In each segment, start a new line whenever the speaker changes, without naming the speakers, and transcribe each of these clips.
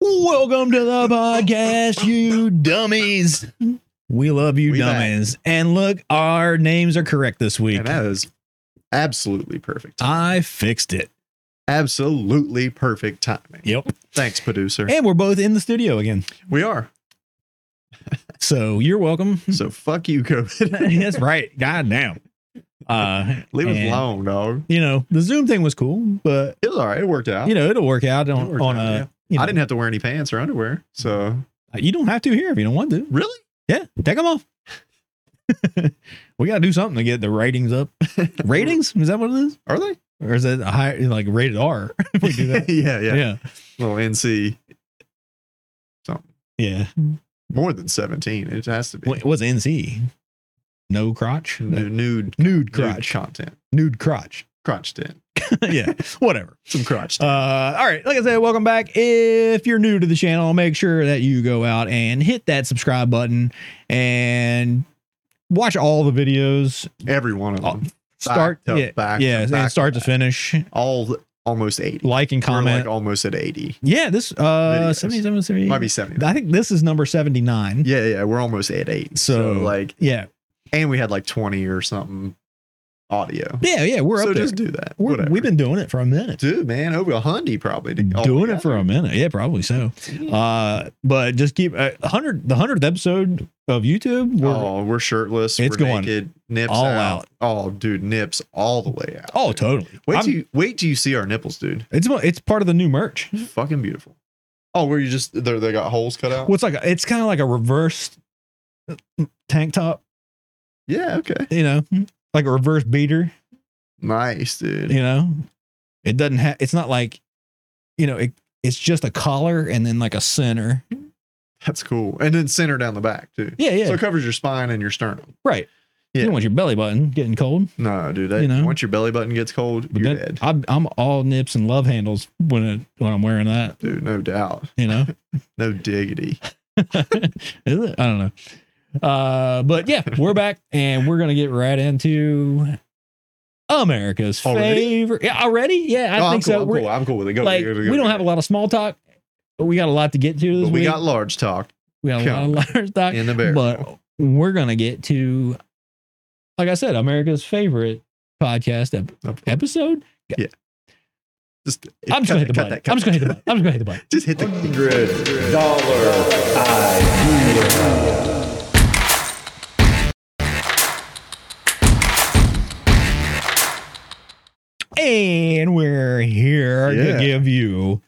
Welcome to the podcast, you dummies. We love you,
We back.
dummies. And look, our names are correct this week.
And that is absolutely perfect.
I fixed it.
Absolutely perfect timing.
Yep.
Thanks, producer.
And we're both in the studio again.
We are.
So you're welcome.
So fuck you, COVID.
That's right. God damn. Uh,
Leave us
and,
alone, dog.
You know, the Zoom thing was cool, but
It was all right. It worked out.
you know, it'll work out
It
on,
worked
on
out,
a.
yeah.
you know,
I didn't have to wear any pants or underwear. So
You don't have to here if you don't want to.
really,
Yeah, take them off. we got to do something to get the ratings up. ratings? Is that what it is?
are they?
Or is it a high, like rated R? if we do that.
yeah, yeah,
yeah.
Little NC.
Yeah.
More than seventeen. It has to be
What- What's NC? No crotch?
Nu- nude,
Nude
nude
crotch.
content,
Nude crotch.
crotch tent,
yeah. Whatever.
some crotch. tent.
Uh, all right. Like I said, welcome back. If you're new to the channel, make sure that you go out and hit that subscribe button and watch all the videos.
Every one of
all-
them.
Uh, Start,
to
yeah,
back to
yeah, and
back
start
to
to finish.
All almost eighty.
Like and
We're,
comment.
like almost at eighty.
Yeah, this uh
Videos.
77 78.
Might be seventy.
I think this is number 79.
Yeah, yeah. We're almost at eight.
So-
so like
Yeah.
and we had like 20 or something audio.
Yeah, yeah, we're
so
up there.
just do that.
We're-
Whatever. Oh
we've been doing it for a minute.
dude, man, over a hundy probably
doing it for a minute. Yeah, probably so.
for.
Uh but just keep uh, 100 the 100th episode of YouTube we're
oh, we're shirtless.
It's
we're
going
naked, nips
all
out. Oh, dude, nips all the way out.
Oh,
dude.
totally.
Wait
I'm-
till you, wait till you see our nipples, dude.
it's mo- it's part of the new merch.
Fucking beautiful. Oh, where you just they they got holes cut out.
What's like a- it's kind of like a reversed uh, tank top,
Yeah, okay,
you know, like a reverse beater,
nice, dude.
you know. It doesn't have it's not like you know, it it's just a collar and then like a center.
That's cool. And then center down the back too.
Yeah, yeah.
So it covers your spine and your sternum.
Right. You
Yeah.
don't want your belly button getting cold.
No, dude. That,
You know?
Once your belly button gets cold,
But
you're
then
dead,
I'm, I'm all nips and love handles when it, when I'm wearing that.
dude. No doubt.
You know,
No diggity.
Is it? I don't know. Uh, but yeah, we're back and we're gonna get right into America's
Already?
favorite. Yeah, already? Yeah, I
Oh,
think
I'm cool,
so.
I'm
We're,
cool. I'm cool with it. Go.
like,
go, go,
we
go.
don't have a lot of small talk, but we got a lot to get to this
But
week.
we got large talk
we got a lot of large talk,
in the barrel.
but we're gonna get to, like I said, America's favorite podcast ep-
Of-
episode.
just,
I'm just gonna hit the button.
cut that,
I'm
cut
just gonna hit the button.
that.
I'm just gonna hit the button.
Just hit the.
hundred dollar
And we're here
Yeah.
to give you.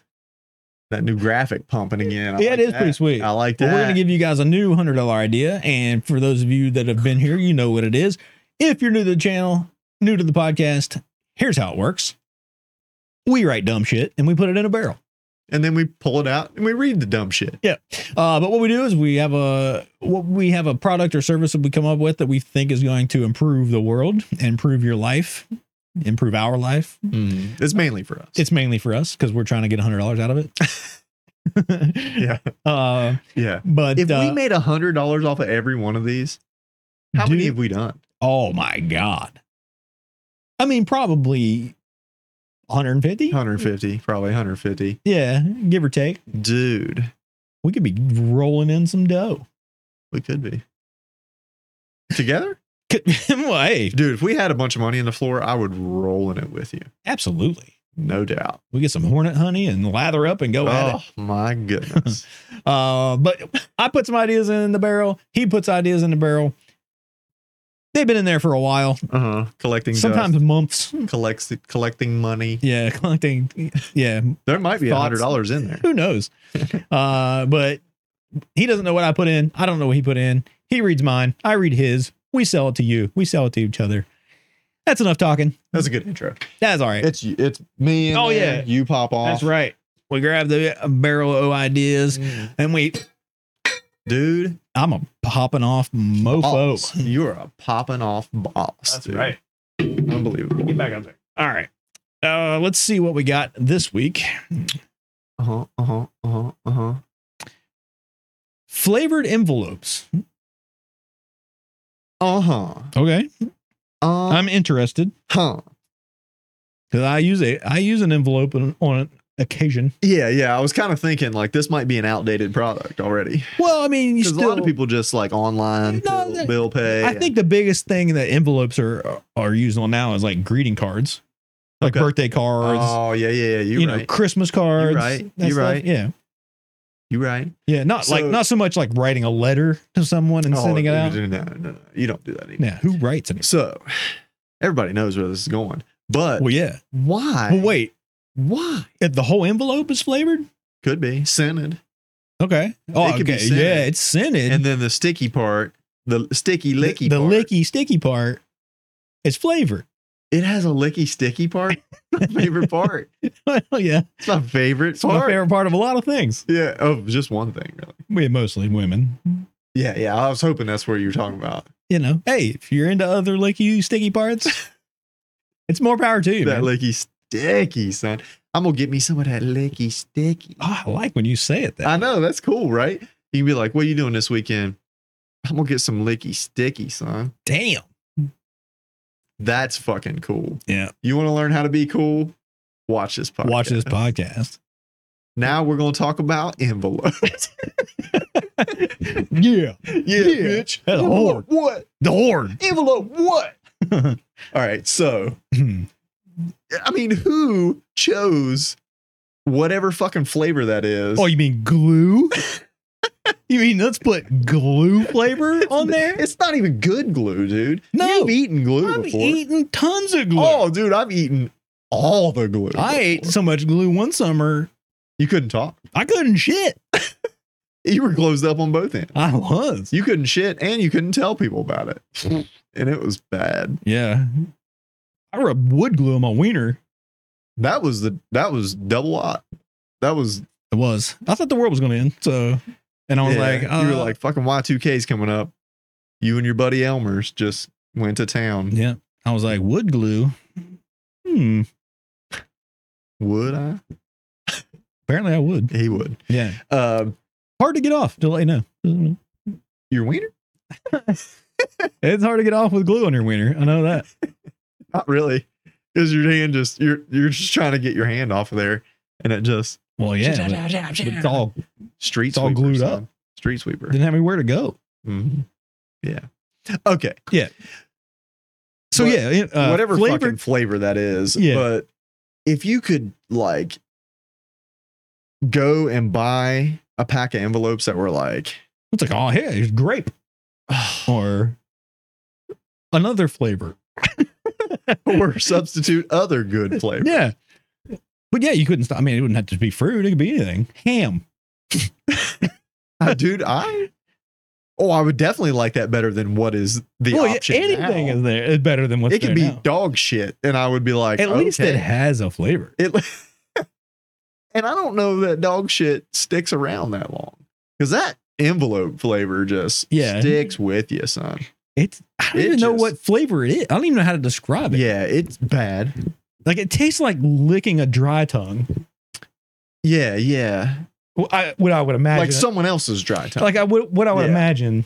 That new graphic pumping again. I
Yeah, it
like
is pretty
that.
sweet.
I like
But
that.
we're gonna give you guys a new hundred dollar idea. And for those of you that have been here, you know what it is. If you're new to the channel, new to the podcast, here's how it works. We write dumb shit and we put it in a barrel.
and then we pull it out and we read the dumb shit.
Uh, but what we do is we have a what we have a product or service that we come up with that we think is going to improve the world, improve your life, improve our life,
It's mainly for us.
It's mainly for us because we're trying to get hundred dollars out of it.
yeah,
Uh,
yeah.
but
If
uh,
we made a hundred dollars off of every one of these, how
dude,
many have we done?
oh my god! I mean, probably one hundred and fifty.
150, probably 150.
Yeah, give or take.
Dude,
We could be rolling in some dough.
we could be together.
Could- well, hey,
Dude, if we had a bunch of money on the floor, I would roll in it with you,
absolutely.
no doubt.
We get some hornet honey and lather up and go at
Oh
it.
my goodness.
Uh, but I put some ideas in the barrel. He puts ideas in the barrel. They've been in there for a while,
Uh huh. Collecting
sometimes months.
dust, collects collecting money.
Yeah, collecting. Yeah,
There might be a
Thoughts?
hundred dollars in there.
who knows? uh, but he doesn't know what I put in. I don't know what he put in. He reads mine. I read his. We sell it to you. We sell it to each other. That's enough talking.
That's a good intro.
That's all right.
It's it's me.
Oh, yeah.
you pop off.
That's right. We grab the uh, barrel of ideas
Mm.
and we.
dude.
I'm a popping off mofo.
Boss. You're a popping off boss. dude. Unbelievable.
Get back up there. All right. Uh, let's see what we got this week.
Uh huh. Uh huh. Uh huh. Uh huh.
Flavored envelopes.
Uh huh.
Okay.
Uh
I'm interested
huh.
because I use a I use an envelope on, on occasion.
Yeah, yeah. I was kind of thinking like this might be an outdated product already
Well, I mean, you
because
still.
a lot of people just like online
No,
bill,
that-
bill pay.
I think the biggest thing that envelopes are are used on now is like greeting cards, like
Okay.
birthday cards.
Oh yeah, yeah. yeah. You,
you know,
right.
Christmas cards.
right.
that
You
stuff.
right.
Yeah.
you right.
Yeah. Not like
So-
not so much like writing a letter to someone and
Oh,
sending it out.
No, no, no. You don't do that anymore.
Yeah. Who writes it?
So everybody knows where this is going, but
Well, yeah.
why?
Well, wait.
why?
If the whole envelope is flavored.
Could be scented,
Okay. Oh,
It could be
okay.
scented.
Yeah, it's scented.
and then the sticky part, the sticky
the,
licky,
the
part,
licky sticky part is flavored.
It has a licky sticky part. my favorite part.
oh yeah,
It's my favorite
it's my
part.
favorite part of a lot of things.
Yeah. Oh, just one thing really.
We mostly women.
Yeah, yeah. I was hoping that's what you were talking about.
You know, hey, if you're into other licky sticky parts, it's more power to you,
that
man.
licky sticky, son. I'm gonna get me some of that licky sticky.
Oh, I like when you say it. That
I know that's cool, right? You can be like, "What are you doing this weekend?" I'm gonna get some licky sticky, son.
damn.
That's fucking cool.
Yeah.
You want to learn how to be cool? Watch this podcast.
Watch this podcast.
Now we're gonna talk about envelopes.
yeah, Oh.
yeah, bitch.
That's a horn.
Envelope what?
The horn.
Envelope what? All right, so I mean, who chose whatever fucking flavor that is?
oh, you mean glue? you mean let's put glue flavor on there?
It's not even good glue, dude.
No.
You've eaten glue
I've
before.
eaten tons of glue.
Oh, dude, I've eaten all the glue.
I ate
before.
so much glue one summer,
You couldn't talk.
I couldn't shit.
You were closed up on both ends.
I was.
You couldn't shit and you couldn't tell people about it. and it was bad.
Yeah. I rubbed wood glue on my wiener.
That was the that was double lot. That was
It was. I thought the world was going to end. So, and I was
yeah,
like, uh,
you were like fucking Y2K's coming up. You and your buddy Elmer's just went to town.
yeah. I was like, wood glue. Hmm.
Would I?
Apparently I would.
He would.
Yeah.
Um,
Hard to get off to let you know.
your wiener?
It's hard to get off with glue on your wiener. I know that.
Not really. Because your hand just you're you're just trying to get your hand off of there and it just
Well, yeah. but- but it's all
street
It's all glued up.
Street sweeper.
didn't have anywhere to go.
Mhm. Yeah. Okay.
So,
But
yeah. it- uh,
Whatever fucking
flavored.
flavor that is.
Yeah.
But if you could like go and buy a pack of envelopes that were like
It's like, oh, hey, it's grape or another flavor.
or substitute other good flavor.
Yeah. But yeah, you couldn't stop. I mean, it wouldn't have to be fruit. It could be anything. Ham.
Uh, Dude, I oh, I would definitely like that better than what is the
Well, yeah,
option.
anything
now.
is there is better than what's
it could
there
be
now.
dog shit, and I would be like,
At least
okay.
it has a flavor.
It, and I don't know that dog shit sticks around that long because that envelope flavor just
Yeah.
sticks with you, son.
It's I don't
It
even know
just-
what flavor it is. I don't even know how to describe it.
Yeah, it's bad.
Like it tastes like licking a dry tongue.
Yeah, yeah.
Well, I what I would imagine.
Like someone else's dry tongue.
like I would what I would
Yeah.
imagine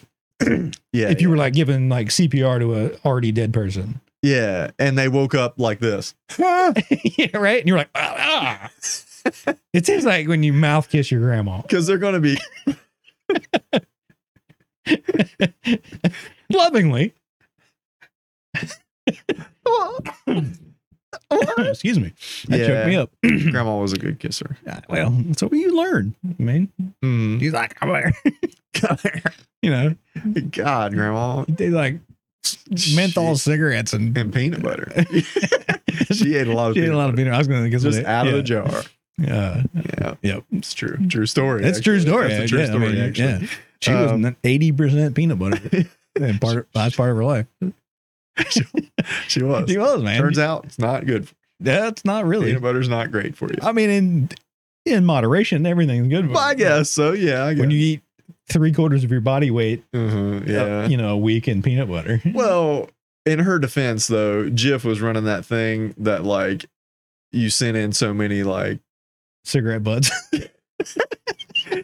yeah,
if you
yeah.
were like giving like CPR to a already dead person.
yeah, and they woke up like this.
yeah, right? And you're like, ah. ah. it tastes like when you mouth kiss your grandma.
Because they're gonna be
Lovingly. Oh, Excuse me. That
Yeah.
choked me up.
Grandma was a good kisser.
Well, that's what you learn. I mean,
Mm.
he's like, come here. You know,
God, Grandma.
they like menthol cigarettes and
and peanut butter. she ate a lot of
she ate
peanut
a lot of peanut. I was gonna guess
just
what it-
out of
yeah.
the jar.
Yeah,
Yeah.
Yep.
It's true. True story.
it's true
actually.
story.
That's a true
yeah,
story,
I mean,
actually. Um,
yeah. She was eighty percent peanut butter. and part of, that's part of her life.
She was.
She was man.
Turns out it's not good. For
that's not really.
Peanut butter's not great for you.
I mean, in in moderation, everything's good.
Well, I guess so. Yeah. I guess.
when you eat three quarters of your body weight,
Mhm,
uh,
yeah.
you know, a week in peanut butter.
Well, in her defense, though, Jif was running that thing that like you sent in so many like
cigarette butts.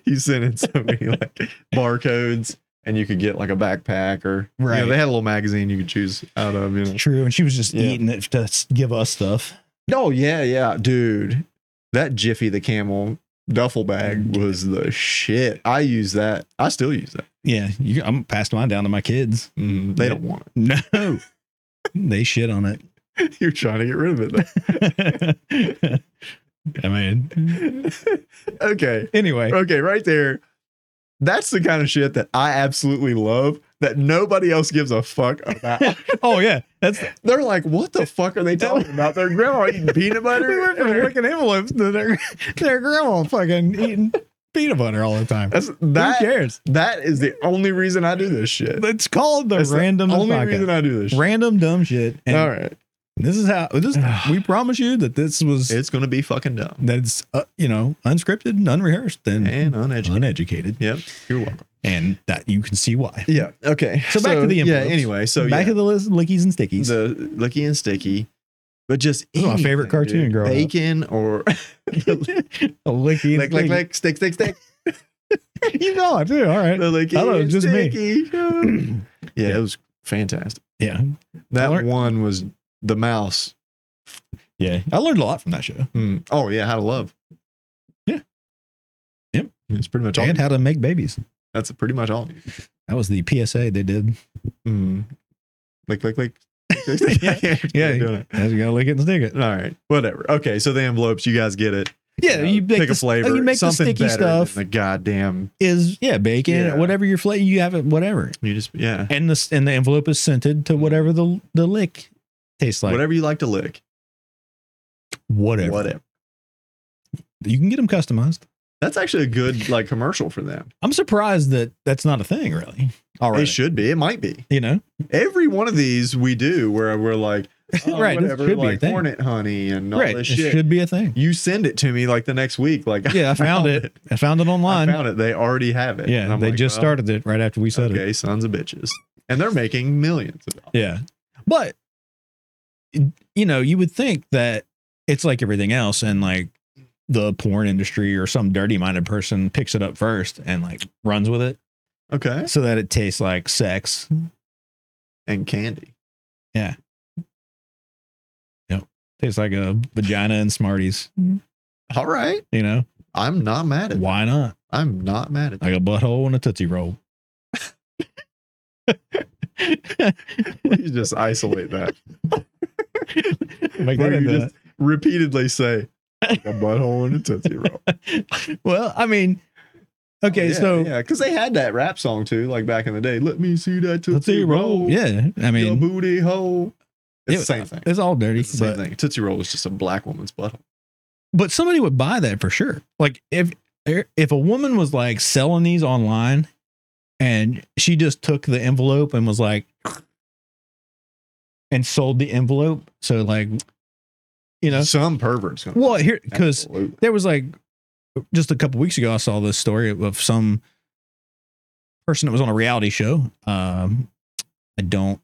you sent in so many like barcodes and you could get like a backpack or you know,
Right.
they had a little magazine you could choose out of. You know.
True. And she was just
Yeah.
eating it to s- give us stuff.
No, Oh, yeah, yeah, dude, that Jiffy the Camel duffel bag was the shit. I use that. I still use that.
Yeah. You, I'm passed mine down to my kids.
they don't want
No. they shit on it.
it. You're trying to get rid of it. though.
I mean,
okay.
anyway.
Okay, right there. That's the kind of shit that I absolutely love that nobody else gives a fuck about.
Oh, yeah. That's
They're like, what the fuck are they talking about? Their grandma eating peanut
we
butter?
went from licking envelopes to their, their grandma fucking eating peanut butter all the time.
That's
Who
that
cares?
that is the only reason I do this shit.
It's called the
That's the
random
only
podcast.
reason I do this shit.
Random dumb shit. And
All right.
this is how this we promise you that this was
It's gonna be fucking dumb.
that it's uh, you know unscripted and unrehearsed and
And uneducated.
uneducated
Yep. You're welcome.
and that you can see why
Yeah. Okay.
So back to the
Yeah,
envelopes.
anyway. So
back
yeah,
to the list lickies and stickies
the licky and sticky. But just
This is my favorite
anything,
cartoon
dude.
growing up.
Bacon or
A licky and
lick, lick,
sticky.
lick, stick, stick, stick.
you know it too all right
The licky
thought it was
and
just me.
sticky. yeah,
Yeah.
it was fantastic.
yeah
That
learned-
one was the mouse.
yeah i learned a lot from that show
Mm. Oh yeah, how to love.
Yeah. Yep.
It's pretty much all.
and how to make babies
That's pretty much all.
that was the psa they did
Mm. Like, like, like.
Yeah. Yeah.
Doing it.
as you gotta lick it and stick it
All right. Whatever. Okay. So the envelopes, you guys get it.
yeah
know,
you make the,
pick
oh,
a flavor.
you make the
something
sticky
better
stuff
Than the goddamn.
is yeah bacon
Yeah.
whatever your flavor you have it whatever
You just yeah.
and the and the envelope is scented to whatever the the lick tastes like
whatever you like to lick.
whatever,
Whatever.
you can get them customized
That's actually a good like commercial for them.
i'm surprised that that's not a thing really all
It
right
should be. It might be.
you know
Every one of these we do where we're like, oh,
Right, this
whatever,
should be a
like
thing.
hornet honey and all
right it
this shit.
should be a thing
You send it to me like the next week. Like
yeah i found it i found it
I
online
found it. They already have it.
yeah
And I'm
they
like,
just
well,
started it right after we said it
Okay, sons of bitches, and they're making millions of dollars.
yeah but you know you would think that it's like everything else and like the porn industry or some dirty minded person picks it up first and like runs with it
Okay,
so that it tastes like sex
and candy.
tastes like a vagina and Smarties.
All right,
You know,
I'm not mad at. That.
why not?
I'm not mad at. That.
Like a butthole and a tootsie roll.
you just isolate that.
Make
Where
that
you
into
just repeatedly say a butthole and a tootsie roll.
well, I mean, okay,
Oh, Yeah,
so
yeah, because they had that rap song too, like back in the day. Let me see that tootsie,
tootsie
roll.
roll. Yeah, I
your
mean,
booty hole. It's
it-
the same thing.
it's all dirty,
It's the same
but
thing. Tootsie roll is just a black woman's butthole.
but somebody would buy that for sure. Like if if a woman was like selling these online, and she just took the envelope and was like, and sold the envelope. So like, you know,
some perverts. gonna-
well here because
Absolutely.
there was like just a couple weeks ago i saw this story of some person that was on a reality show um i don't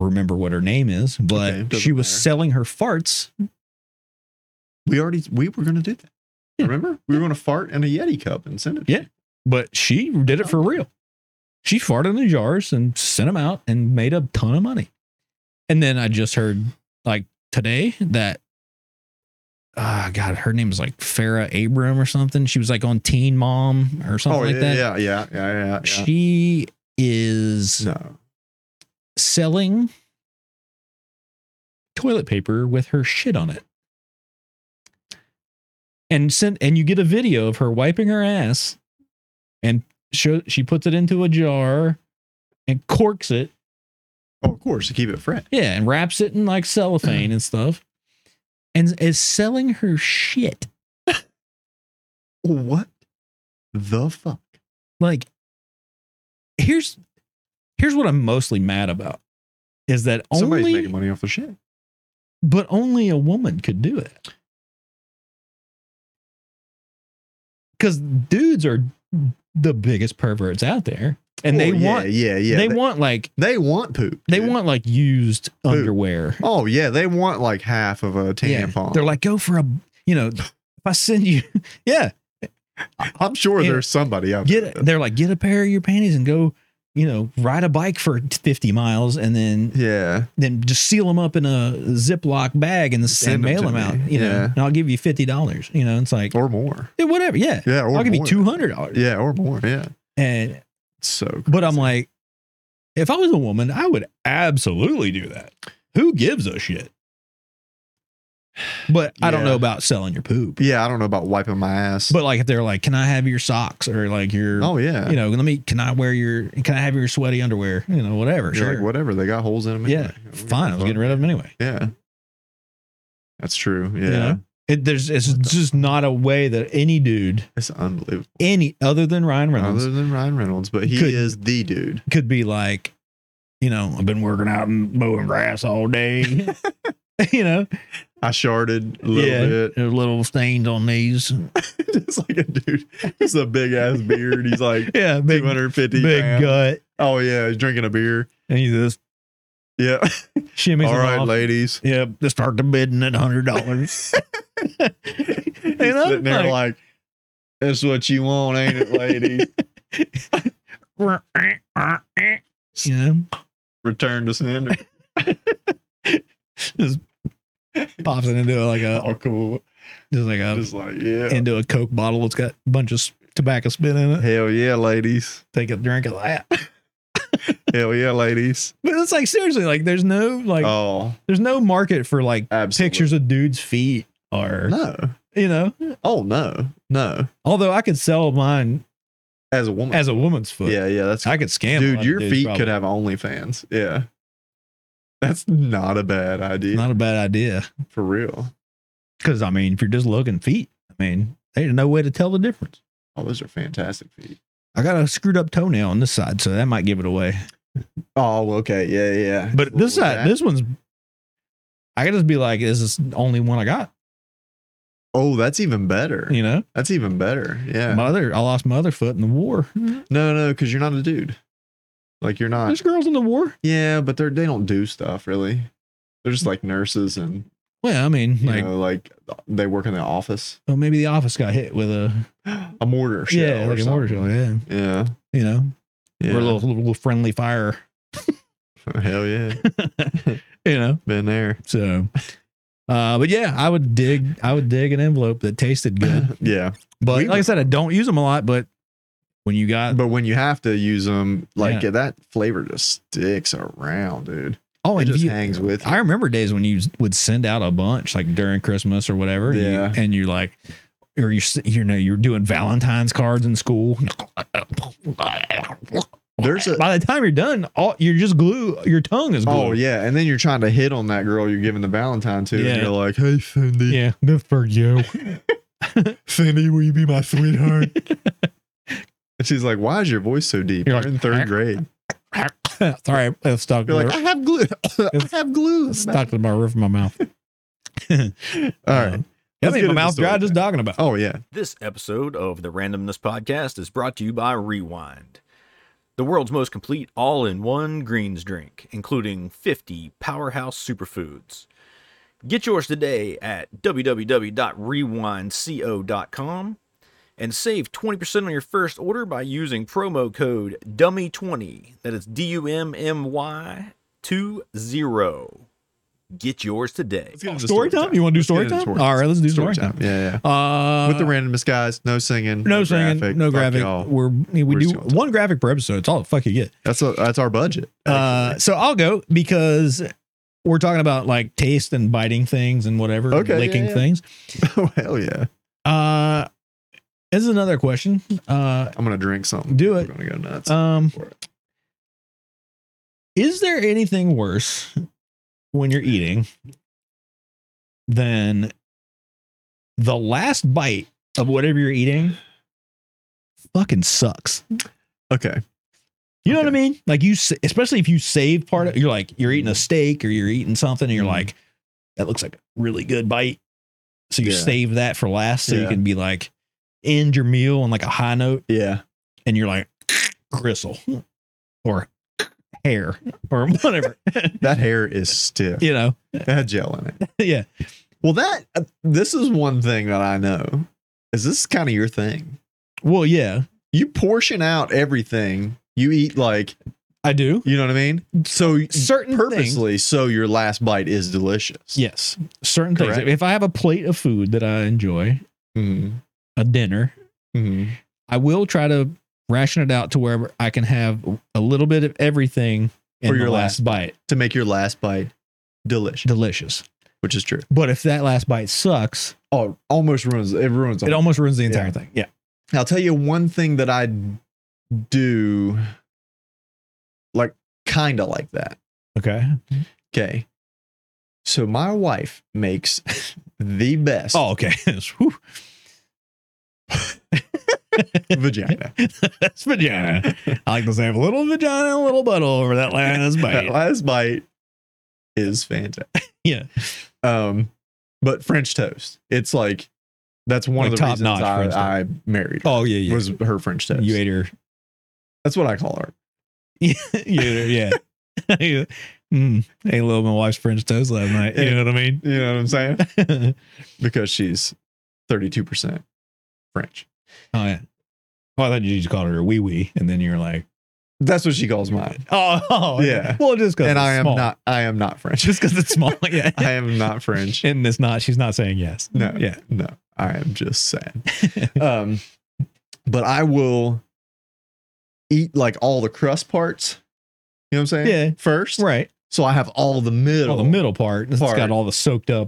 remember what her name is but
Okay, doesn't
she was
matter.
selling her farts
we already we were gonna do that.
Yeah.
Remember, we were gonna fart in a Yeti cup and send it.
Yeah. but she did it for real she farted in jars and sent them out and made a ton of money and then i just heard like today that ah god her name is like farah abram or something she was like on teen mom or something
oh
like
yeah,
that
yeah, yeah, yeah, yeah, yeah.
she is
no,
selling toilet paper with her shit on it. And sent and you get a video of her wiping her ass and show she puts it into a jar and corks it.
oh, of course to keep it fresh.
Yeah, and wraps it in like cellophane and stuff. And is selling her shit.
What the fuck?
Like here's here's what I'm mostly mad about is that
Somebody's
only
making money off the shit.
but only a woman could do it. Because dudes are the biggest perverts out there, and they
Oh, yeah,
want
yeah, yeah.
they
They,
want like
they want poop.
they
dude.
want like used underwear.
Oh yeah, they want like half of a
Yeah,
tampon.
they're like go for a you know. If I send you, yeah,
I'm sure
Yeah.
there's somebody out
get it.
there.
They're like get a pair of your panties and go you know, ride a bike for 50 miles and then
Yeah.
then just seal them up in a Ziploc bag and, s- and
Send 'em
mail
to
them
me.
out. You know,
Yeah.
and I'll give you fifty dollars. You know, it's like
Or more.
yeah, whatever. Yeah,
Yeah. Or
I'll give you
more.
two hundred dollars.
Yeah. Or more. Yeah.
And
So, crazy.
but I'm like, if I was a woman, I would absolutely do that. Who gives a shit? But I don't
Yeah.
know about selling your poop.
yeah, I don't know about wiping my ass.
But like if they're like, can I have your socks or like your,
oh, yeah.
you know, let me, can I wear your, can I have your sweaty underwear? You know, whatever.
You're
sure.
like, whatever. They got holes in them.
Yeah, Fine. I was getting rid of them anyway.
Yeah. That's true. Yeah.
You know? It, there's it's just not a way that any dude,
It's unbelievable.
any other than Ryan Reynolds,
Other than Ryan Reynolds, but he
Could-
is the dude.
could be like, you know, I've been working out and mowing grass all day. you know,
I sharded a little bit.
there's little stains on these.
Just like a dude. He's a big ass beard. He's like
Yeah, big
250
big
pounds.
gut,
Oh yeah, he's drinking a beer.
and he just
Yeah.
shimmies
All right,
off.
ladies.
Yep, they start to bidding at hundred dollars.
He's
And I'm
sitting there like, that's what you want, ain't it, ladies?
you know,
Return to sender.
pops it into like a
Oh, cool.
just like a
Just like, yeah.
into a Coke bottle. It's got a bunch of tobacco spit in it.
Hell yeah, ladies.
Take a drink of that.
Hell yeah, ladies.
But it's like seriously, like there's no like
oh,
there's no market for like
absolutely.
pictures of dudes' feet or
No.
you know.
Oh no, no.
Although I could sell mine
As a woman.
as a woman's foot.
yeah, yeah. That's
I could scam. a lot
dude.
of
Your
dudes,
feet
probably.
could have OnlyFans. Yeah. That's not a bad idea
not a bad idea.
for real.
Because I mean, if you're just looking feet, I mean, there's no way to tell the difference.
Oh, those are fantastic feet.
I got a screwed up toenail on this side, so that might give it away.
Oh, okay. Yeah, yeah.
But this
Well,
side,
that-
this one's. I could just be like, "Is this the only one I got?"
Oh, that's even better.
You know,
That's even better. Yeah. Mm-hmm.
my other, I lost my other foot in the war.
no, no, because you're not a dude. Like you're not.
There's girls in the war.
Yeah, but they're they don't do stuff really. They're just like nurses and
Well, I mean,
you
like,
know like they work in the office.
well, maybe the office got hit with a
A mortar shell.
yeah,
or
like a mortar
something.
shell. Yeah,
Yeah.
you know,
Yeah.
or a little, little friendly fire.
Hell yeah.
You know,
Been there.
so. Uh, but yeah, I would dig. I would dig an envelope that tasted good.
yeah.
But
We-
like I said, I don't use them a lot. But when you got
But when you have to use them, like
Yeah.
that flavor just sticks around, dude.
oh,
It
and
just
you,
hangs with you.
I remember days when you would send out a bunch, like during Christmas or whatever. and you-
Yeah.
and you like, or you s- you know you're doing Valentine's cards in school.
There's a
By the time you're done, all you're just glue. Your tongue is glue.
oh yeah, and then you're trying to hit on that girl you're giving the Valentine to,
Yeah.
and you're like, "Hey, Cindy,
yeah, good for you.
Cindy, will you be my sweetheart?" and she's like, "Why is your voice so deep?
You're
You're,
like,
in third grade."
Sorry, I stuck.
You're like, "I have glue. I have glue."
stuck to my roof of my mouth.
All right.
Um, I
Let's
mean,
get
my
into
mouth
story
dry just
time.
talking about.
Oh yeah,
This episode of the Randomness Podcast is brought to you by Rewind, the world's most complete all in one greens drink, including 50 powerhouse superfoods. Get yours today at www.rewindco.com and save 20% on your first order by using promo code DUMMY20. That is D U M M Y 20. Get yours today.
Let's get into
Oh, Story time? You want to do
Let's
story
get into
time? All right, let's do story, time.
Yeah,
Uh,
yeah. With the randomness guys, no singing,
no singing, no
Fuck
graphic.
y'all.
We're we
We're
do
just gonna talk.
one graphic per episode. It's all the fuck you get.
That's a, that's our budget.
Uh, so I'll go because we're talking about like taste and biting things and whatever, and
Okay, yeah,
licking
yeah.
things.
oh hell yeah.
Uh, this is another question. Uh,
I'm gonna drink something.
Do
We're
it.
gonna go nuts.
um,
for it.
is there anything worse when you're eating than the last bite of whatever you're eating? Fucking sucks.
okay.
You know what I
Okay. Mm-hmm.
mean? Like you, s- especially if you save part of, you're like you're eating a steak or you're eating something, and you're
Mhm.
like, that looks like a really good bite. So you
Yeah.
save that for last, so you
Yeah.
can be like, end your meal on like a high note,
Yeah.
and you're like, gristle, or hair, or whatever.
That hair is stiff.
you know?
It had gel in it.
yeah.
Well, that uh, this is one thing that I know is this is kind of your thing.
Well, yeah.
You portion out everything You eat like,
I do.
you know what I mean? So
Certain things.
purposely so your last bite is delicious.
Yes. Certain
Correct.
things. If I have a plate of food that I enjoy,
Mhm.
a dinner,
Mhm.
I will try to ration it out to where I can have a little bit of everything in
For
the
your
last bite.
To make your last bite delicious,
Delicious.
which is true.
But if that last bite sucks,
Oh, almost ruins it ruins
it
all-
almost ruins the entire
Yeah.
thing. Yeah.
I'll tell you one thing that I do like kind of like that.
Okay.
Okay. So my wife makes the best
Oh, okay. Whew.
vagina.
That's vagina. I like to say I have a little vagina, and a little butt over that last
That
bite.
last bite is fantastic.
Yeah.
Um, but French toast. It's like that's one
Like
of the reasons
top-notch French toast.
I, I married her,
Oh yeah, yeah.
was her French toast.
you ate her.
that's what I call her.
You ate her. Yeah. mm, ate a little of my wife's French toast last night. You know what I mean?
You know what I'm saying? Because she's 32% French.
Oh yeah. Well, I thought you just called her a wee wee, and then you're like,
That's what she calls mine.
oh, oh,
Yeah.
Well, just because
And I am
small.
not I am not French.
just because it's small. Yeah.
I am not French.
and it's not. She's not saying yes.
No.
Yeah.
No. I am just sad. um but I will eat like all the crust parts. You know what I'm saying?
Yeah.
First.
Right.
So I have all the middle.
Well, the middle part. It's
Part.
got all the soaked up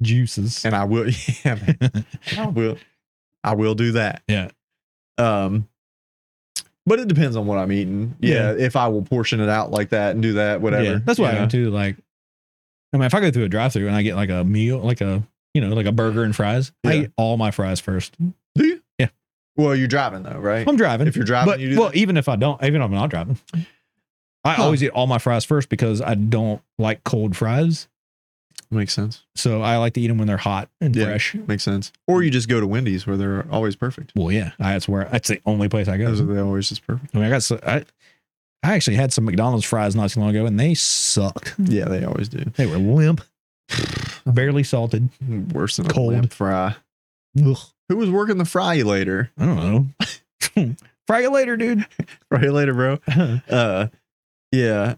juices.
And I will yeah, man. I will I will do that.
Yeah.
Um but it depends on what I'm eating. Yeah, if I will portion it out like that and do that, whatever.
Yeah, that's what
you
I do too. Like, I mean, if I go through a drive-through and I get like a meal, like a you know, like a burger and fries, I
Yeah.
eat all my fries first.
know? Well, you're driving though, right?
I'm driving.
If you're driving,
but,
you do
well,
that?
even if I don't, even if I'm not driving, I
Huh.
always eat all my fries first because I don't like cold fries.
Makes sense.
So I like to eat them when they're hot and
Yeah.
fresh.
Makes sense. Or you just go to Wendy's where they're always perfect.
Well, yeah, I, that's where that's the only place I go.
Those are they always just
I
perfect.
mean, I got so, I, I actually had some McDonald's fries not too long ago, and they sucked.
Yeah, they always do.
They were limp, barely salted.
Worse than
Cold.
a lamb fry.
Ugh,
Who was working the fry later?
I don't know. Fry you later, dude.
Fry later, bro. Uh, yeah.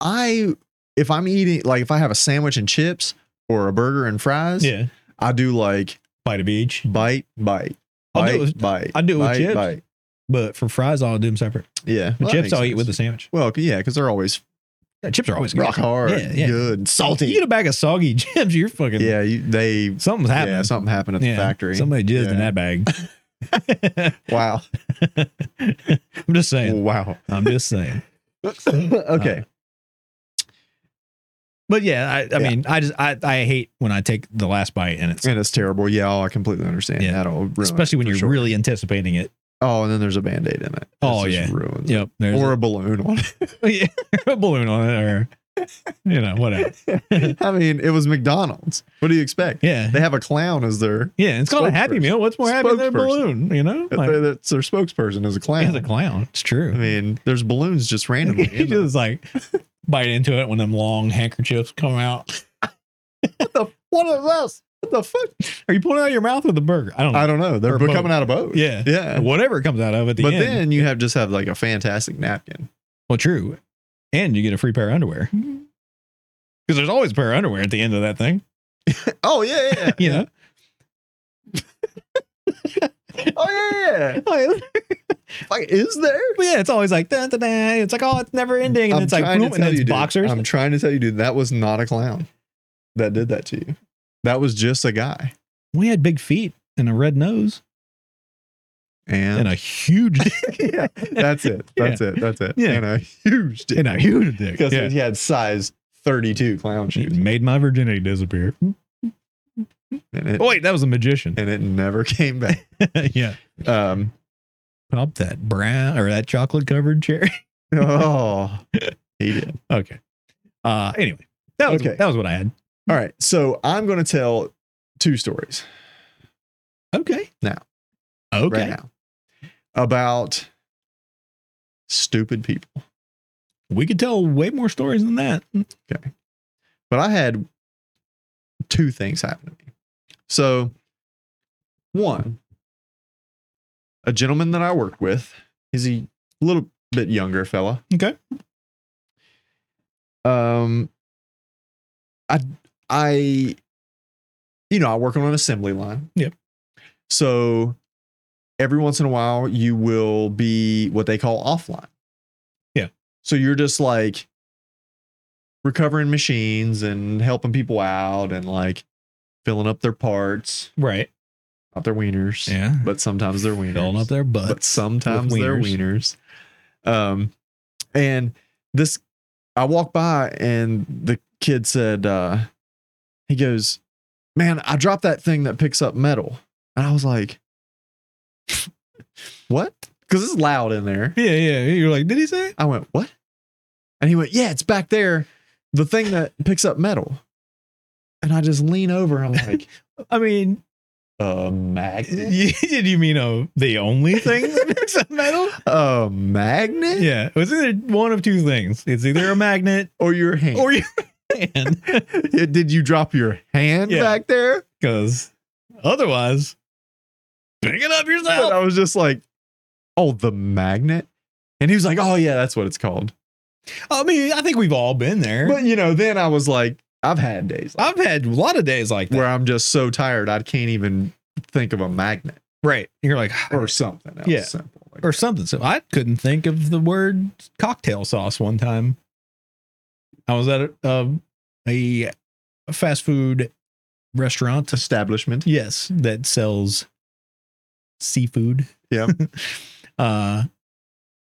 I if I'm eating like if I have a sandwich and chips or a burger and fries,
Yeah.
I do like
Bite of each.
bite, bite,
I'll
bite,
do it with-
bite.
I do it with
bite,
chips.
Bite.
But for fries, I'll do them separate. The
Yeah, Well, that
chips,
makes
I'll eat with a
sense.
sandwich.
Well, yeah, because they're always
Yeah, chips are always good.
rock hard,
Yeah, yeah.
good, salty.
You get a bag of soggy chips, you're fucking.
yeah, you, they.
Something's happening.
Yeah, something happened at the
Yeah,
factory.
Somebody jizzed in
Yeah.
that bag.
Wow.
I'm just saying.
Wow.
I'm just saying.
okay.
But yeah, I, I
Yeah.
mean, I just, I, I hate when I take the last bite and it's,
and it's terrible. Yeah, oh, I completely understand.
Yeah.
Yeah, that'll ruin
especially
it
when
for
you're
sure.
really anticipating it.
Oh, and then there's a band aid in it. This
Oh,
just
yeah.
ruins it.
Yep. There's
or a balloon on it.
a, a balloon on it or, you know, whatever.
I mean, it was McDonald's. What do you expect?
Yeah.
They have a clown as their
Yeah. It's called a happy
Spokesperson.
meal. What's more happy than a
Spokesperson.
balloon? You know?
that's
Like,
their, that's their spokesperson is a clown.
He's a clown. It's true.
I mean, there's balloons just randomly.
he
in them.
just like bite into it when them long handkerchiefs come out.
what is this? What the fuck?
Are you pulling out of your mouth with the burger? I don't know.
I don't know. They're
Oh, Or both.
coming out of both.
yeah.
Yeah.
Whatever it comes out of at the
but
end.
then you have just have like a fantastic napkin.
well, true. And you get a free pair of underwear.
Mm-hmm.
Because there's always a pair of underwear at the end of that thing.
Oh yeah, yeah.
You know?
yeah. oh yeah,
Like,
yeah. Like, is there?
yeah, it's always like da, da, da. it's like, oh, it's never ending. And
I'm
it's like
trying
boom,
to
and
tell
then it's
you, dude.
boxers.
I'm trying to tell you, dude, that was not a clown that did that to you. That was just a guy.
we had big feet and a red nose and
And,
a huge dick.
yeah, that's it. That's it. That's it.
Yeah.
And a huge dick.
and a huge dick.
because
Yeah. Mm-hmm.
he had size 32 clown
It
shoes.
made my virginity disappear.
And it,
Oh, wait, that was a magician.
and it never came back.
yeah.
Um,
Pop that brown or that chocolate covered cherry.
oh, he did.
Okay. Uh anyway. That was
Okay.
that was what I had.
All right. So I'm going to tell two stories
Okay.
Now.
Okay.
right now about stupid people.
We could tell way more stories than that.
but I had two things happen to me. So, one, a gentleman that I work with. He's a little bit younger fella.
Okay.
Um, I I, you know, I work on an assembly line.
Yep.
So every once in a while, you will be what they call offline.
Yeah.
So you're just like recovering machines and helping people out and like filling up their parts,
Right.
not their wieners.
Yeah.
But sometimes they're wieners
Filling up their
but
butts.
sometimes they're wieners. Um, and this, I walked by and the kid said, uh, he goes, man, I dropped that thing that picks up metal. And I was like, what? Cause it's loud in there.
Yeah, yeah. You're like, did he say? it?"
I went, what? And he went, yeah, it's back there. The thing that picks up metal. And I just lean over. I'm like,
I mean,
a magnet?
did you mean oh, the only thing that makes up metal?
A magnet?
Yeah. It's either one of two things. It's either a magnet
Or your hand?
or your hand.
Yeah, Did you drop your hand
Yeah.
back there?
Because otherwise, pick it up
And
yourself.
I was just like, oh, the magnet. And he was like, oh, yeah, that's what it's called.
I mean, I think we've all been there.
uh, But, you know, then I was like, I've had days like
I've had a lot of days like that.
where I'm just so tired, I can't even think of a magnet
Right. You're like,
or something else
Yeah.
simple. Like,
or something. So I couldn't think of the word cocktail sauce one time. I was at a, um, a fast food restaurant.
establishment.
Yes, that sells seafood.
Yeah.
uh,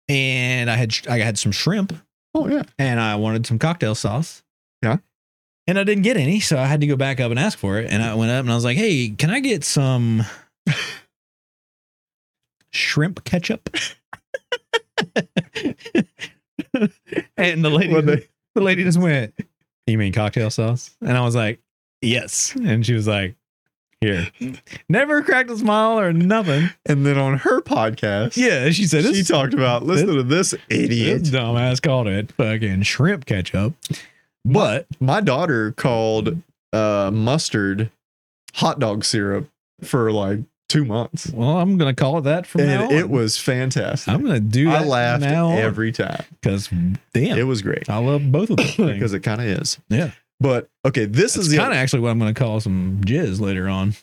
and I had sh- I had some shrimp
Oh, yeah.
and I wanted some cocktail sauce.
Yeah.
And I didn't get any, so I had to go back up and ask for it. And I went up and I was like, "Hey, can I get some shrimp ketchup?" and the lady,
Well, they-
the lady just went, "You mean cocktail sauce?" And I was like, "Yes." And she was like, "Here." Never cracked a smile or nothing.
and then on her podcast,
Yeah, and she said,
she
"This
talked about, listen to this idiot.
this dumbass called it fucking shrimp ketchup." But
My daughter called uh, mustard hot dog syrup for like two months.
Well, I'm gonna call it that from now
And
on.
it was fantastic.
I'm gonna do.
I
that
laughed
now
every time.
because damn,
It was great
I love both of those
because
things.
it kind of is.
Yeah.
But okay, this
This
is
is
the
kind of actually what I'm gonna call some jizz later on.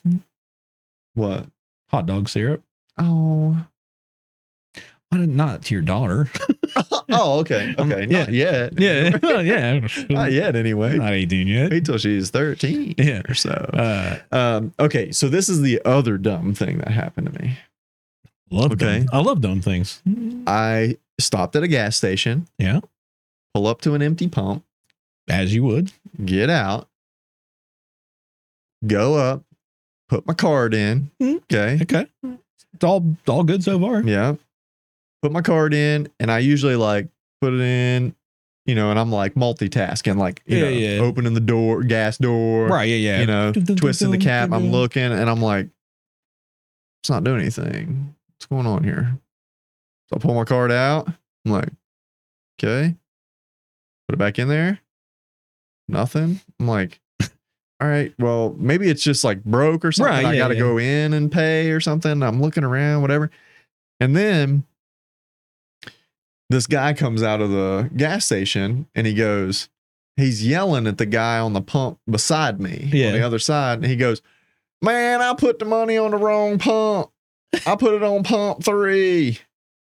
what?
Hot dog syrup.
Oh.
Why did not to your daughter?
oh, okay.
Um,
Okay. Not yet.
Yeah, well, yeah.
Not yet. Anyway.
Not 18 yet.
Wait till she's thirteen
Yeah.
or so.
Uh,
Um. Okay. So this is the other dumb thing that happened to me.
love
Okay.
dumb. I love dumb things.
I stopped at a gas station.
Yeah.
Pull up to an empty pump.
As you would.
Get out. Go up. Put my card in.
Mm.
Okay.
Okay. It's all all good so far.
Yeah. Put my card in, and I usually like put it in, you know, and I'm like multitasking, like, you
Yeah,
know,
yeah.
opening the door, gas door,
Right. Yeah. Yeah.
you know,
Dum, dum, dum,
twisting the
dum,
cap.
dum,
I'm
dum.
looking and I'm like, it's not doing anything. What's going on here? So I pull my card out. I'm like, okay. Put it back in there. Nothing. I'm like, all right, well, maybe it's just like broke or something.
Right,
I
yeah,
gotta
yeah.
go in and pay or something. I'm looking around, whatever. And then this guy comes out of the gas station and he goes, he's yelling at the guy on the pump beside me
Yeah.
on the other side. And he goes, Man, I put the money on the wrong pump. I put it on pump three.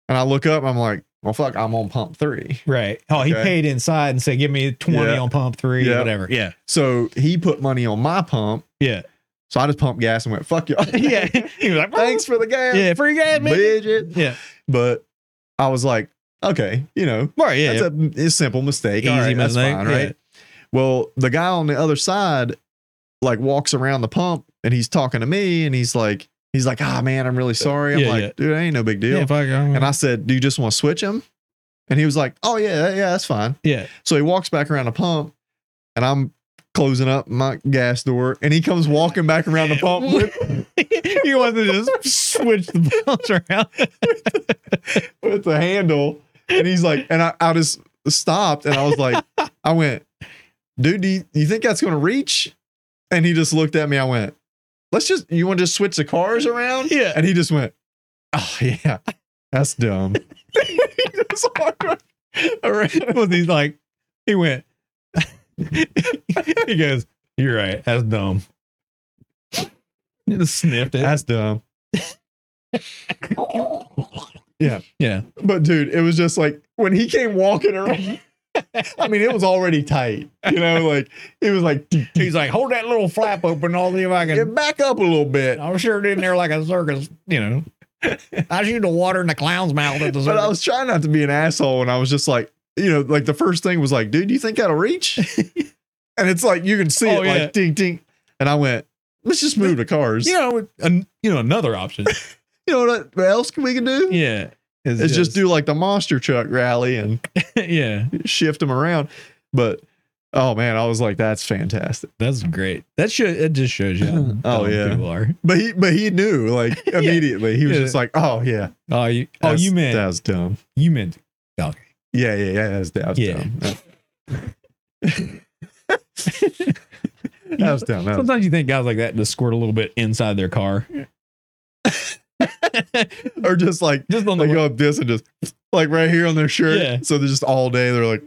And I look up, I'm like, Well, fuck, I'm on pump three.
Right. Oh, he
Okay.
paid inside and said, "Give me 20
Yeah.
on pump three,
Yeah.
whatever." Yeah.
So he put money on my pump.
Yeah.
So I just pumped gas and went, Fuck y'all.
yeah. He was like,
Thanks for the gas.
Yeah, free gas, man.
Bridget.
Yeah.
But I was like, Okay, you know,
Right, yeah.
That's a, it's a simple mistake.
Easy
All right,
mistake,
That's fine, right?
yeah.
Well, the guy on the other side like walks around the pump and he's talking to me and he's like, he's like, ah, man, I'm really sorry. I'm
Yeah,
like,
yeah.
dude, ain't no big deal.
Yeah, fuck, I
and I said, do you just want to switch him? And he was like, oh, yeah, yeah, that's fine.
yeah.
So he walks back around the pump and I'm closing up my gas door and he comes walking back around the pump with,
he wants to just switch the balls around.
with the handle. And he's like, and I, I just stopped and I was like, I went, dude, do you, you think that's going to reach? And he just looked at me. I went, let's just, you want to just switch the cars around?
Yeah.
And he just went, Oh yeah, that's dumb.
Just walked right around with these like he went. he goes, You're right, that's dumb. Just sniffed it.
That's dumb.
yeah.
But dude, it was just like when he came walking around. I mean, it was already tight. You know, like it was like
He's like, hold that little flap open, I'll see if I
"Get back up a little bit.
I'm sure it in there like a circus, you know. I shoot the water in the clown's mouth at the
But I was trying not to be an asshole, and I was just like, you know, like the first thing was like, dude, you think that'll reach? and it's like you can see
Oh,
it
yeah.
like ding ding. And I went, let's just move the cars.
you know, an, you know, another option.
You know what what else can we can do?
yeah. It's,
It's just do like the monster truck rally and
yeah.
shift them around. But oh man, I was like, that's fantastic.
That's great. That should it just shows you. how
Oh,
dumb
yeah.
people are.
But he but he knew like immediately. He was
Yeah.
just like, oh yeah.
Oh, you, oh, you
That's-
meant
that was dumb.
you meant
Yeah, yeah, yeah. That was, that was
Yeah.
dumb. that was dumb. That was,
Sometimes you think guys like that just squirt a little bit inside their car.
or just like
Just on the
like go up this and just like right here on their shirt.
Yeah.
So they're just all day. They're like,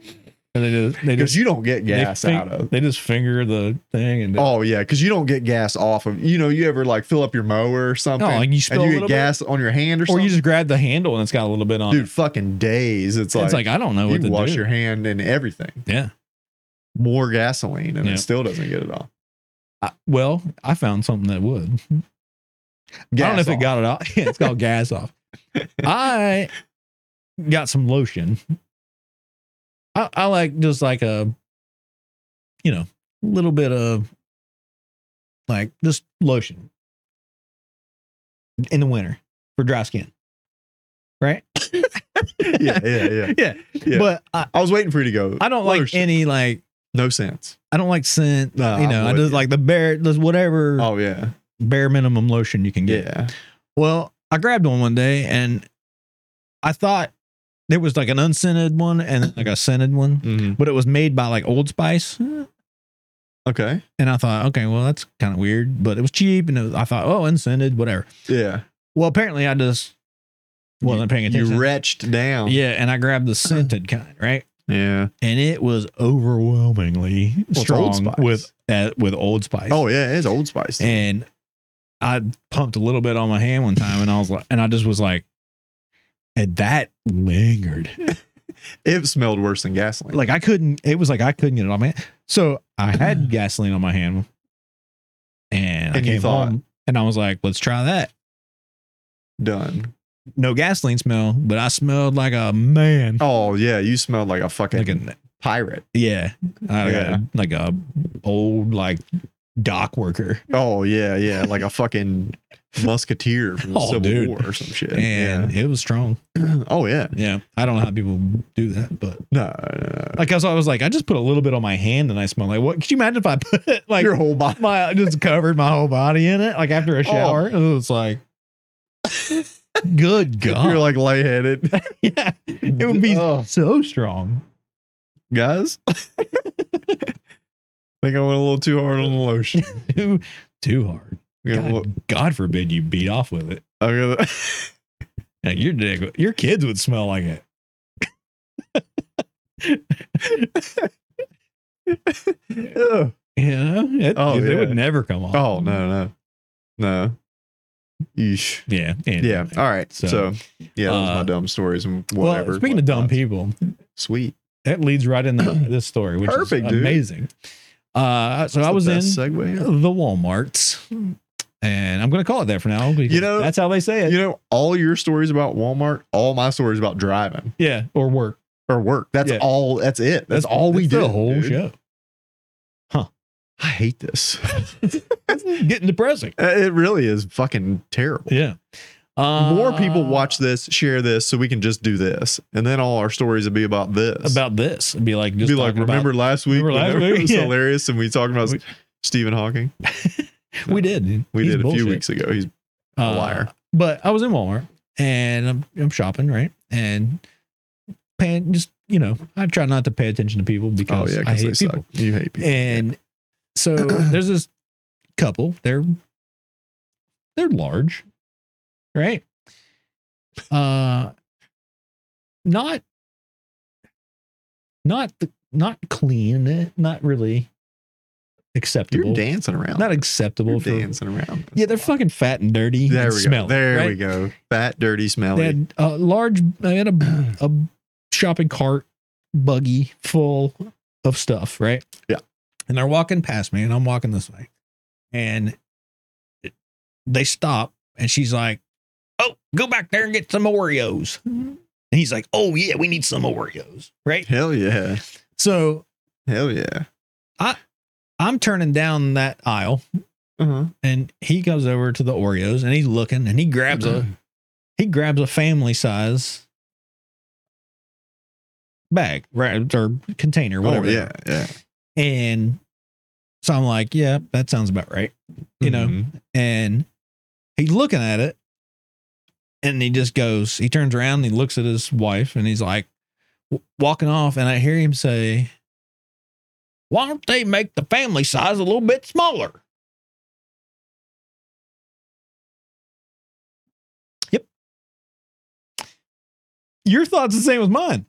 and they just they
because
just
you don't get
they,
gas
fin-
out of.
they just finger the thing and
Oh yeah, because you don't get gas off of. You know, you ever like fill up your mower or something,
like oh, you spill
and
a
you
little
get
bit?
gas on your hand or,
or
something.
you just grab the handle and it's got a little bit on it.
dude, fucking days. It's like,
it's like I don't know what to
you wash
do.
your hand and everything.
Yeah.
More gasoline, and
Yeah.
it still doesn't get it off.
I- well, I found something that would. I don't know if it got it off. Yeah, it's called gas off. I got some lotion. I, I like just like a, you know, little bit of like just lotion in the winter for dry skin. Right?
yeah, yeah, yeah.
Yeah.
Yeah.
But I,
I was waiting for you to go.
I don't like
lotion.
any like
no sense.
I don't like scent.
No,
you
I'm
know, I
with
just
you.
like the bare just whatever
Oh yeah,
bare minimum lotion you can get.
yeah.
Well, I grabbed one one day and I thought there was like an unscented one and then like a scented one,
Mhm.
but it was made by like Old Spice.
Okay.
And I thought, okay, well, that's kind of weird, but it was cheap. And it was, I thought, oh, unscented, whatever.
Yeah.
Well, apparently I just wasn't paying attention.
You retched down.
yeah. And I grabbed the scented kind, right?
Yeah.
And it was overwhelmingly
it's Old
strong
Spice.
with, uh, with Old Spice.
Oh yeah, it's Old Spice.
And I pumped a little bit on my hand one time, and I was like, and I just was like, and that lingered.
it smelled worse than gasoline.
Like I couldn't. It was like I couldn't get it on my. hand. So I had gasoline on my hand, and, I
And you
came
thought-
home, and I was like, let's try that.
done.
No gasoline smell, but I smelled like a man.
Oh yeah, you smelled like a fucking
Like a
pirate.
yeah, I got
Yeah.
a- like a old like dock worker,
Oh yeah, yeah, like a fucking musketeer from the
Oh,
Civil
dude.
War or some shit.
and it was strong.
yeah. Oh yeah.
Yeah, I don't know how people do that, but
No, no, no.
Like I was, I was like, I just put a little bit on my hand and I smell like what? Could you imagine if I put like
your Oh. whole body.
my I just covered my whole body in it, like after a shower? It was like, good God,
You're like lightheaded,
yeah, it would be
Oh.
so strong.
guys. Think I went a little too hard on the lotion.
Too, too hard.
I'm gonna look-
God, God forbid you beat off with it.
I'm gonna-
Like, your dick, your kids would smell like it.
Ugh.
Yeah, it,
Oh,
it
yeah.
would never come off.
Oh no no no. Yeesh.
yeah, anyway.
Yeah. All right.
So,
So, yeah, that was
uh,
my dumb stories and
Well,
whatever.
speaking of dumb people,
sweet.
that leads right into this story, which
Perfect,
is
dude.
amazing. Uh, so
That's
I
the
was in Oh,
best segue.
the Walmarts, and I'm going to call it that for now. because
You know-
that's how they say it.
You know, all your stories about Walmart, all my stories about driving
yeah, or work.
or work. That's
Yeah.
all. That's it. That's, all we
that's
do.
The whole
dude.
show.
I hate this. Uh,
It's getting depressing.
it really is fucking terrible.
Yeah. Uh,
More people watch this, share this, so we can just do this, and then all our stories will be about this.
about this and be like, just
be like,
talking about-
remember last week?
remember last
whenever
week?
It was
Yeah.
hilarious, and we talking about
We-
Stephen Hawking.
we did. dude.
We
He's
did a
bullshit.
few weeks ago. He's oh,
Uh,
liar.
But I was in Walmart and I'm I'm shopping right and paying just you know I try not to pay attention to people
oh
because
yeah,
I
because they
hate people.
suck. You hate people.
And so there's this couple. They're they're large, right? Uh, not, not the, not clean. Not really acceptable.
You're dancing around.
not acceptable
You're
for.
dancing around.
Yeah, they're fucking fat and dirty.
There
and
we
smelly,
go. There
right?
we go. Fat, dirty,
They
smelly.
had a large, they had a, a shopping cart buggy full of stuff, right?
Yeah.
And they're walking past me, and I'm walking this way, and it- they stop, and she's like, "Oh, go back there and get some Oreos." And he's like, "Oh yeah, we need some Oreos, right?"
Hell yeah.
So
Hell yeah.
I'm turning down that aisle,
Uh-huh.
and he comes over to the Oreos and he's looking and he grabs a
Mm-hmm.
he grabs a family size bag right, or container
Oh,
whatever
yeah. Yeah.
and so I'm like yeah that sounds about right You know.
Mhm.
and he's looking at it and he just goes he turns around and he looks at his wife and he's like w- walking off and I hear him say why don't they make the family size a little bit smaller yep your thoughts the same as mine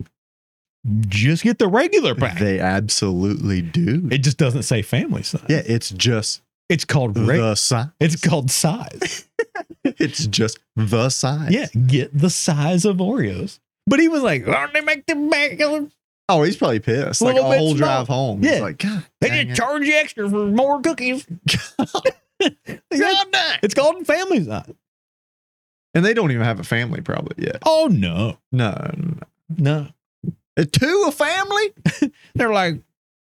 just get the regular pack
They absolutely do.
it just doesn't say family size
yeah, it's just
it's called reg-
the size.
it's called size
It's just the size.
Yeah, get the size of Oreos. But he was like, oh, they make the bag. They
Oh, he's probably pissed. Like a
Little bit
whole
small.
drive home. Yeah.
Yeah.
He's like, God. dang
just
it.
charge you extra for more cookies. it's called family size.
and they don't even have a family probably yet.
Oh no,
No. no, no.
no.
Uh, Two a family?
They're like,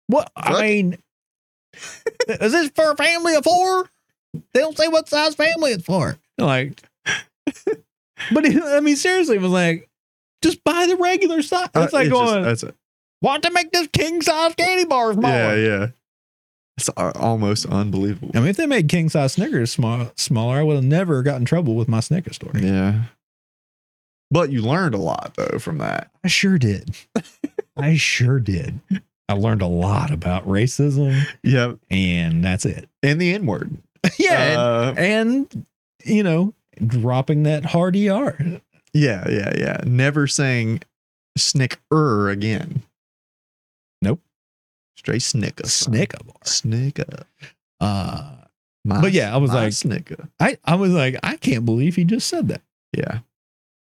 what?
Fuck.
I mean, is this for a family of four? They don't say what size family it's for. Like, but he, I mean, seriously, it was like, just buy the regular size.
Uh,
It's like
it just-
going,
that's it.
why don't they make this king size candy bar smaller?
Yeah, yeah. It's a- almost unbelievable.
I mean, if they made king size Snickers small, smaller, I would have never got in trouble with my Snickers story.
Yeah. But you learned a lot though from that.
I sure did. I sure did. I learned a lot about racism,
Yeah.
and that's it.
And the N word.
Yeah.
Uh,
and, and, you know, dropping that hard ER.
yeah, yeah, yeah. Never saying snicker again.
Nope.
Straight snicker. son.
Snicker bar.
Snicker.
Uh,
My-
but yeah, I was
my
like,
snicker.
I, I was like, I can't believe he just said that.
Yeah.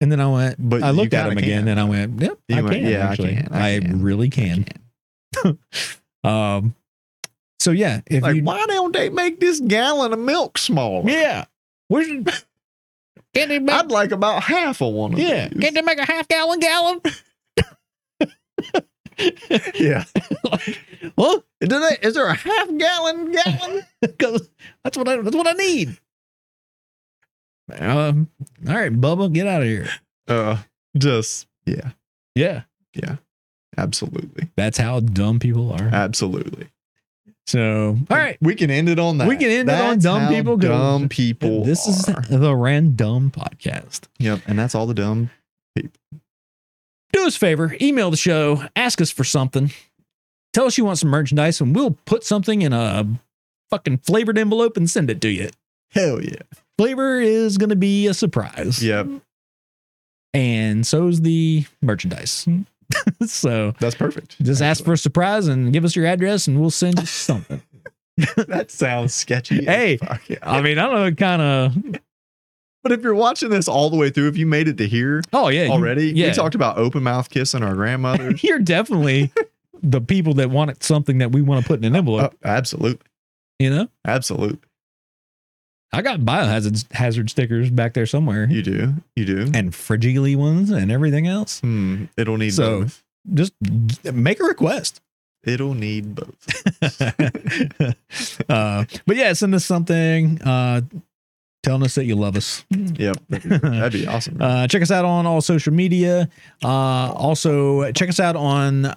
And then I went,
But
but I
you
looked at
kinda
him again
can.
and I went, yep,
You
I
went,
can.
yeah, I
actually. I,
can, I can,
really can. Um, so yeah, if
Like,
you,
why don't they make this gallon of milk smaller?
Yeah. Where's can they make,
I'd like about half of one of
yeah,
these.
can they make a half gallon gallon?
yeah.
Well,
Do they, is there a half gallon gallon?
'cause that's what I that's what I need. Um, all right, Bubba, get out of here.
uh, just yeah,
Yeah.
absolutely,
That's how dumb people are.
absolutely.
So all right.
we can end it on that.
We can end it on
That's
dumb
how
people 'cause
Dumb people.
This is
are.
the random podcast.
yep, and that's all the dumb.
do us a favor email the show ask us for something tell us you want some merchandise and we'll put something in a fucking flavored envelope and send it to you
Hell yeah.
flavor is going to be a surprise
Yep,
and so's the merchandise so
that's perfect.
just ask for a surprise and give us your address and we'll send you something
that sounds sketchy. as
Hey,
fuck.
i mean i don't know it kind of
but if you're watching this all the way through, if you made it to here
oh yeah you-
already,
yeah
we talked about open mouth kissing our grandmothers.
you're definitely the people that wanted something that we want to put in an envelope
oh, absolutely,
you know
absolutely.
i got biohazard hazard stickers back there somewhere
You do, you do.
and frigily ones and everything else.
Hmm, it'll need
So-
both.
Just g- make a request.
It'll need both.
uh, but yeah, send us something uh, telling us that you love us.
Yep, that'd be awesome.
Uh, check us out on all social media. Uh, also, check us out on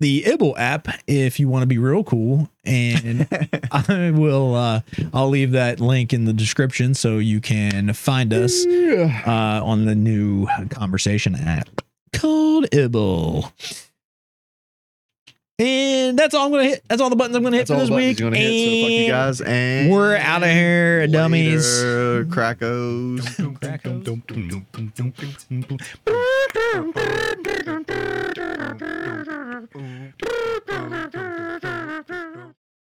the Ibble app if you want to be real cool. And I will, uh, I'll leave that link in the description so you can find us
Yeah.
uh, on the new conversation app called Ibble. And And that's all I'm gonna hit. That's all the buttons I'm gonna hit
That's all
for
the
this
buttons
week.
you're gonna hit. So fuck you
And
guys. And
We're out of here, dummies.
Later, Crackos.
Crackos.
Crackos.